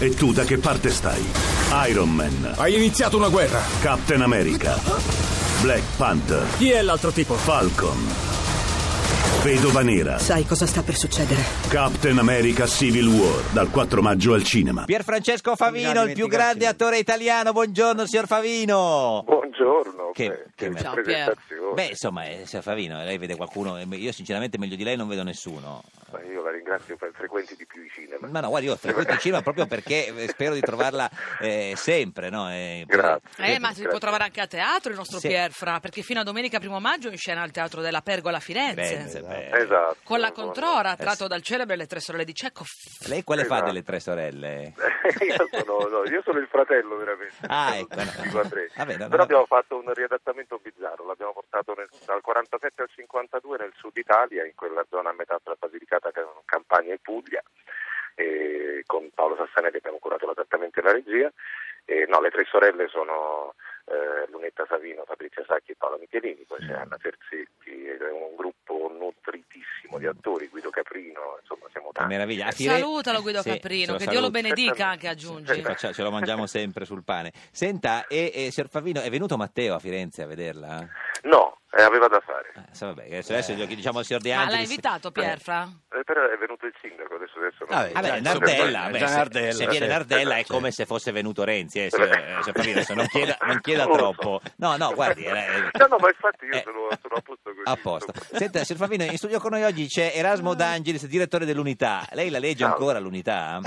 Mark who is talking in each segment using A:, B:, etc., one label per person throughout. A: E tu da che parte stai? Iron Man,
B: Hai iniziato una guerra.
A: Captain America, Black Panther,
C: Chi è l'altro tipo?
A: Falcon, Vedova Nera,
D: Sai cosa sta per succedere?
A: Captain America Civil War, dal 4 maggio al cinema.
E: Pierfrancesco Favino, il più grande attore italiano. Buongiorno, signor Favino.
F: Buongiorno,
E: Che-
F: beh,
E: che
F: che
E: bello.
F: presentazione.
E: Beh, insomma, eh, signor Favino, lei vede qualcuno. eh, Io, sinceramente, meglio di lei non vedo nessuno.
F: Ma io la ringrazio per frequenti di più i cinema.
E: Ma no, guarda, io frequento il cinema proprio perché eh, spero di trovarla eh, sempre, no? Eh,
F: Grazie.
G: Eh, ma si può trovare anche a teatro il nostro
E: Sì.
G: Pierfra, perché fino a domenica primo maggio è in scena al Teatro della Pergola a Firenze.
E: Firenze, Eh, beh.
F: Esatto.
G: Con la
F: Buongiorno.
G: controra,
E: Eh, sì.
G: tratto dal celebre Le Tre Sorelle di Cecco.
E: Lei quale fa
F: Esatto.
E: delle tre sorelle?
F: io, sono, no, io sono il fratello veramente
E: Ah,
F: Sono
E: ecco, no.
F: di Guadrè.
E: Vabbè, no, no,
F: però
E: no.
F: abbiamo fatto un riadattamento bizzarro l'abbiamo portato nel- dal 47 al 52 nel sud Italia in quella zona a metà tra Basilicata Campania e Puglia e con Paolo Sassane che abbiamo curato l'adattamento e la regia e, no, le tre sorelle sono eh, Lunetta Savino, Fabrizia Sacchi e Paola Michelini poi
E: Mm.
F: c'è Anna Terzetti ed è un gruppo nutritissimo di attori Guido Caprino insomma siamo
E: Che
F: tanti
E: meraviglia. Ah, Fire-
G: Salutalo Guido
E: Sì,
G: Caprino,
E: se
G: che Dio lo
E: saluto.
G: benedica anche aggiungi.
E: Sì, faccia- ce lo mangiamo sempre sul pane. Senta, e, e signor Favino, è venuto Matteo a Firenze a vederla?
F: no, eh, aveva da fare
E: Ah, sa- vabbè, adesso, adesso gli diciamo al signor De
G: Eh. Ma
E: Angelis.
G: l'ha invitato Pierfra?
F: Eh, però è venuto il sindaco adesso adesso non-
E: Ah, Vabbè,
F: non-
E: Nardella, beh,
B: già
E: se-
B: Nardella,
E: se, viene
B: sì.
E: Nardella è
B: Sì.
E: come se fosse venuto Renzi, eh, signor- eh, signor Favino, adesso non chieda, non chieda
F: Non lo
E: troppo.
F: so.
E: No, no, guardi. eh,
F: No, no, ma infatti io
E: eh,
F: sono- sono a posto così,
E: A posto.
F: insomma. Mm.
E: Senta, signor Favino, in studio con noi oggi c'è Erasmo D'Angelis, direttore dell'Unità. Lei la legge
F: Ciao.
E: ancora l'Unità?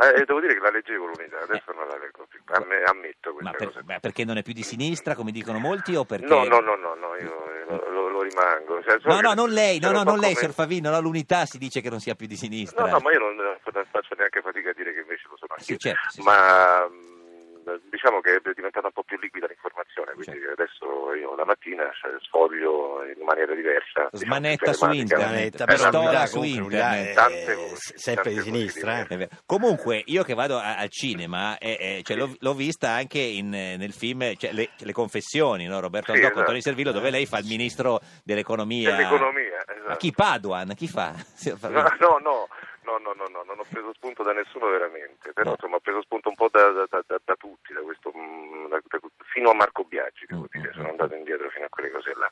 F: Eh, devo dire che la leggevo l'unità, adesso non la leggo più, Amme- ammetto
E: Ma,
F: questa
E: per-
F: cosa.
E: ma perché non è più di sinistra, come dicono molti, o perché...
F: No, no, no, no, no, io lo, lo- lo rimango. Cioè, so
E: No,
F: che-
E: no, non lei, no,
F: cioè,
E: no,
F: un po'
E: non lei,
F: come-
E: signor Favino, no, l'unità si dice che non sia più di sinistra.
F: No, no, ma io non, non faccio neanche fatica a dire che invece lo sono anche
E: Sì, certo, sì,
F: ma mh, diciamo che è diventata un po' più liquida l'informazione, quindi
E: Certo.
F: adesso io la mattina cioè, sfoglio in maniera diversa. diciamo,
E: Smanetta su
F: telematica.
E: internet,
F: Eh,
E: però
F: no,
E: storia
F: no,
E: su internet.
F: Tante voci,
H: sempre
F: tante
H: di
F: voci
H: sinistra, eh.
F: diverse.
E: È vero. Comunque, io che vado a- al cinema, eh, eh, cioè, l'ho, l'ho vista anche in, eh, nel film eh, cioè, le, le confessioni, no? Roberto
F: Sì,
E: Andò con
F: esatto.
E: Tony Servillo, dove lei fa il ministro dell'economia.
F: Dell'economia, esatto.
E: Ma chi Paduan? Chi fa? signor Favino?
F: No, no, no, no, no, no, no, non ho preso spunto da nessuno veramente,
E: No.
F: però insomma ho preso spunto un po' da, da- da- da- da tutti, da questo, mm, da- da- fino a Marco Biaggi, devo
E: Mm,
F: dire,
E: mm,
F: sono
E: mm.
F: andato indietro fino a quelle cose là.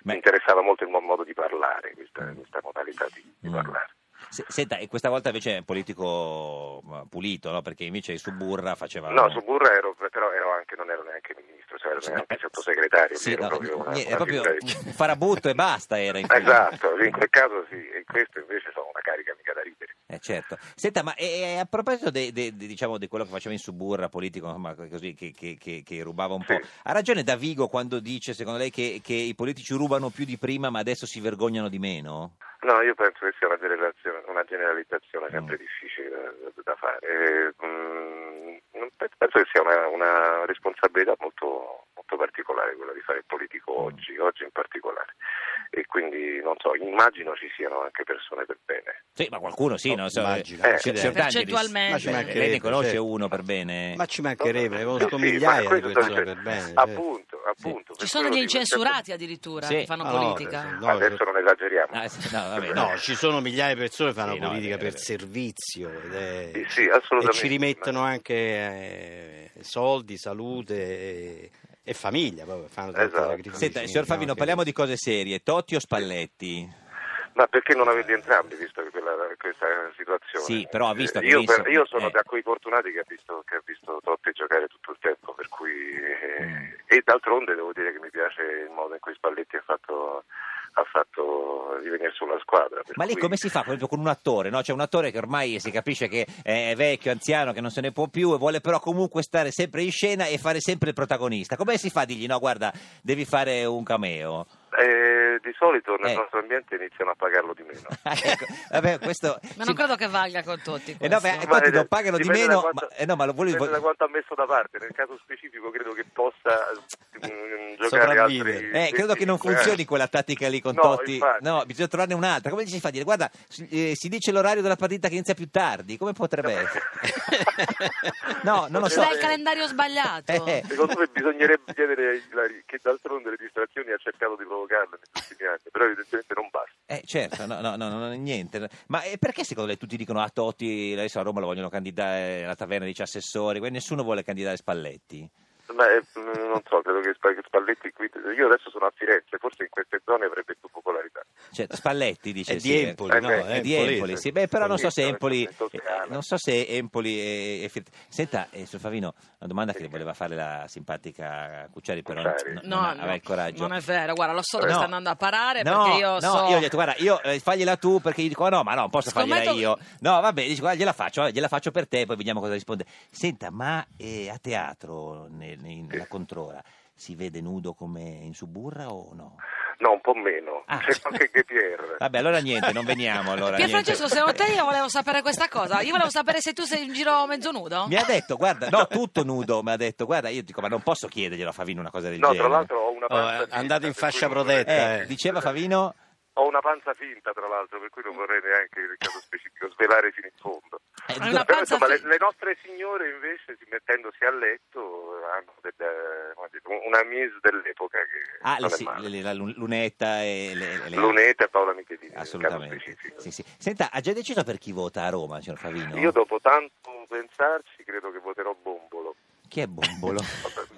E: Beh.
F: Mi interessava molto il mo- modo di parlare, questa, questa modalità di, di
E: Mm.
F: parlare.
E: Se- senta, e questa volta invece è un politico ma, pulito, no? perché invece su Burra faceva...
F: No, su Burra ero, però ero anche, non ero neanche ministro, cioè ero
E: Ah. Sì,
F: neanche
E: beh,
F: sottosegretario,
E: Sì,
F: ero
E: no,
F: proprio una-
E: niente,
F: una
E: proprio
F: figura di-
E: un farabutto e basta era in quel-
F: Esatto, in quel caso sì, e questo invece sono una carica mica da ridere.
E: Eh, certo. Senta, ma eh, a proposito de- de- de- diciamo, di quello che faceva in suburra politico, insomma, così, che, che- che- che rubava un
F: Sì.
E: po', ha ragione Davigo quando dice, secondo lei, che, che i politici rubano più di prima, ma adesso si vergognano di meno?
F: No, io penso che sia una, generalizzazione- una generalizzazione sempre
E: Mm.
F: difficile da, da fare. Eh, mm, non pe- penso che sia una, una responsabilità molto, molto particolare quella di fare il politico
H: Mm.
F: oggi, oggi in particolare. E quindi, non so, immagino ci siano anche persone per bene.
E: Sì, ma qualcuno sì,
H: Oh,
E: non so,
H: immagino,
E: eh,
F: eh,
E: signor
H: certo.
E: D'Angelis,
G: Percentualmente. Ma ci
E: beh,
H: mancherebbe,
E: lei ne conosce
H: certo.
E: uno per bene?
H: Ma ci mancherebbe, ne conosco
F: Eh, Sì, sì,
H: migliaia
F: ma Ah,
H: di
F: questo sto
H: persone per
F: dicendo.
H: bene. certo.
F: Appunto, appunto. per
G: Ci sono
F: quello
G: gli
F: dico, certo.
G: incensurati addirittura
E: Sì.
G: che fanno
H: Ma no,
G: politica.
H: adesso-
F: Ma Adesso non esageriamo.
E: Ah, sì, no, vabbè,
H: No, ci sono migliaia di persone che fanno
E: Sì, no,
H: politica
E: è vero, è
H: per
E: vero.
H: servizio ed è-
F: Sì, sì, assolutamente.
H: e ci rimettono anche eh, soldi, salute e, e famiglia. proprio, fanno tanti
F: Esatto.
H: sacrifici,
E: Senta, signor
H: no,
E: Favino,
H: che-
E: parliamo di cose serie. Totti o Spalletti?
F: Ma perché non averli entrambi, visto che quella, questa situazione?
E: Sì, però ha visto
F: Eh,
E: che
F: io,
E: lì,
F: per-
E: insomma,
F: io sono
E: eh.
F: da quei fortunati che ha visto, che ha visto Totti giocare tutto il tempo, per cui...
E: Mm.
F: eh, E d'altronde devo dire che mi piace il modo in cui Spalletti ha fatto, ha fatto di venire sulla squadra. per
E: Ma lì
F: cui-
E: come si fa proprio con un attore? No? C'è un attore che ormai si capisce che è vecchio, anziano, che non se ne può più e vuole però comunque stare sempre in scena e fare sempre il protagonista. Come si fa a dirgli no, guarda, devi fare un cameo?
F: Eh, di solito nel
E: Eh.
F: nostro ambiente iniziano a pagarlo di meno.
E: Ecco, vabbè, questo...
G: Ma non
E: sì,
G: credo che valga con tutti.
E: Eh, no, beh,
G: questo.
E: eh, infatti
F: Ma,
E: lo
F: eh,
E: pagano di
F: dipende
E: meno,
F: da quanto,
E: ma- eh, no, ma lo volevo-
F: dipende da quanto ha messo da parte. Nel caso specifico credo che possa mm, giocare
H: Sopravvivere.
F: altri...
E: eh, credo che non
F: 25
E: funzioni quella tattica lì con
F: No,
E: Totti.
F: infatti.
E: No, bisogna trovarne un'altra. Come gli si fa a dire? Guarda, si, eh, si dice l'orario della partita che inizia più tardi. Come potrebbe essere? No, non lo so.
G: Sai il calendario sbagliato.
E: Eh,
F: Secondo me bisognerebbe chiedere a Ilari, che d'altronde le distrazioni ha cercato di provocarle negli ultimi anni, però evidentemente non basta.
E: Eh, certo, no, no, no, no, niente. Ma eh, perché secondo lei tutti dicono a Totti, adesso a Roma lo vogliono candidare alla taverna dei assessori, poi nessuno vuole candidare Spalletti?
F: Beh, mh, eh, non so, credo che Sp- Spalletti qui. Io adesso sono a Firenze, forse in queste zone avrebbe più popolarità.
E: Cioè, Spalletti dice
H: È di
E: sì, eh.
H: Empoli,
F: Eh,
H: no?
F: beh,
E: È di
H: Empoli.
E: Empoli, sì. Beh, però non so se Empoli.
F: In Toscana.
E: eh, Non so se Empoli. e- e- Firenze- Senta, eh, signor Favino, una domanda che le voleva fare la simpatica Cucciari, però non-
F: Cucciari.
E: non,
G: No,
E: non
G: no,
E: aveva il coraggio.
G: non è vero, guarda, lo so dove
E: No.
G: sta andando a parare
E: No,
G: perché io
E: no,
G: so...
E: io gli ho detto, guarda, io eh, fagliela tu perché gli dico, "Ah, no, ma non posso
G: Scommetto-
E: fargliela io. No, vabbè, dice, guarda, gliela faccio, eh, gliela faccio per te, poi vediamo cosa risponde. Senta, ma eh, a teatro, nel- in- nella controra, si vede nudo come in suburra o no?
F: No, un po' meno.
E: Ah.
F: C'è qualche Gepierre.
E: Vabbè, allora niente, non veniamo allora.
G: Pier
E: niente.
G: Francesco, secondo te io volevo sapere questa cosa? Io volevo sapere se tu sei in giro mezzo nudo?
E: Mi ha detto, guarda, no, tutto nudo, mi ha detto, guarda, io dico, ma non posso chiederglielo a Favino una cosa del
F: No,
E: genere.
F: tra l'altro ho una
H: Oh,
F: panza
H: eh,
F: finta.
H: andate in
F: per cui
H: fascia
F: non vorrei-
H: protetta.
E: Eh,
H: eh.
E: diceva Favino,
F: Ho una panza finta, tra l'altro, per cui non vorrei neanche nel caso specifico svelare fino in fondo.
E: eh,
G: È una
E: dico,
F: Però
G: panza
F: insomma, le,
G: finta.
F: le nostre signore invece, si- mettendosi a letto, hanno delle- come dire, una mise dell'epoca che
E: ah, le,
F: non è
E: sì,
F: male.
E: le- la lun- lunetta e le... le-
F: Lunetta e Paola Michelini, nel caso
E: Assolutamente.
F: specifico.
E: Sì, sì. Senta, ha già deciso per chi vota a Roma, signor Favino?
F: Io dopo tanto pensarci credo che voterò Bombolo.
E: Chi è Bombolo?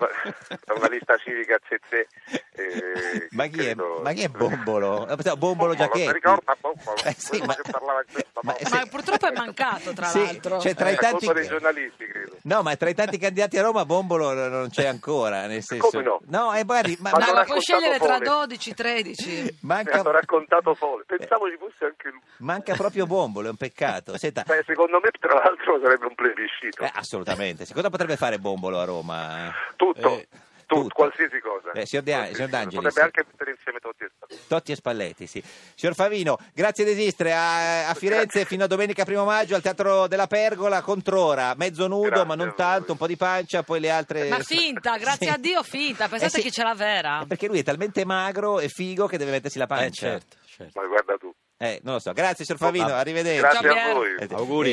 F: È una lista civica a sé. eh,
E: ma, chi è,
F: credo-
E: ma chi è Bombolo? Eh, no, Bombolo Giacchetti.
F: mi ricorda Bombolo,
E: Eh, sì,
F: quello che parlava in questa
E: ma-
F: volta.
E: sì.
G: Ma purtroppo è mancato, tra
E: Sì,
G: l'altro.
E: cioè, tra
F: Eh,
E: i
F: è
E: tanti...
F: colpa dei giornalisti, credo.
E: No, ma tra i tanti candidati a Roma Bombolo n- non c'è ancora, nel senso...
F: Come no?
E: eh, guardi, ma,
G: No,
F: Ma
E: ma-
F: non
G: ma
F: ha
G: puoi
F: ascoltato
G: scegliere tra
F: Fole.
G: 12, 13.
F: Mi
E: manca,
F: hanno raccontato
E: Eh.
F: Fole. Pensavo ci fosse anche lui.
E: manca proprio Bombolo, è un peccato. Senta,
F: Beh, secondo me, tra l'altro, sarebbe un plebiscito.
E: eh, assolutamente. Se- Cosa potrebbe fare Bombolo a Roma?
F: tutto,
H: eh,
F: tut-
E: tutto.
F: qualsiasi cosa.
E: Eh, signor De-
F: Qualsiasi
E: signor
F: cosa.
E: D'Angelis.
F: Potrebbe anche mettere insieme tutti e Spalletti.
E: Totti e Spalletti, sì. Signor Favino, grazie di esistere a, a Firenze
F: Grazie.
E: fino a domenica primo maggio al Teatro della Pergola, Controra, mezzo nudo
F: Grazie
E: ma
F: a
E: non
F: voi.
E: tanto, un po' di pancia, poi le altre...
G: Ma finta, grazie
E: Eh, Sì.
G: a Dio finta. Pensate
E: Eh sì.
G: chi ce l'ha vera.
E: Eh, Perché lui è talmente magro e figo che deve mettersi la pancia.
H: Eh, certo, certo.
F: Ma guarda tu.
E: Eh, non lo so. Grazie, signor Favino,
H: Oh, ma-
E: arrivederci.
F: Grazie
G: Ciao,
F: a
G: Pier.
F: voi.
E: Eh,
H: certo. Auguri.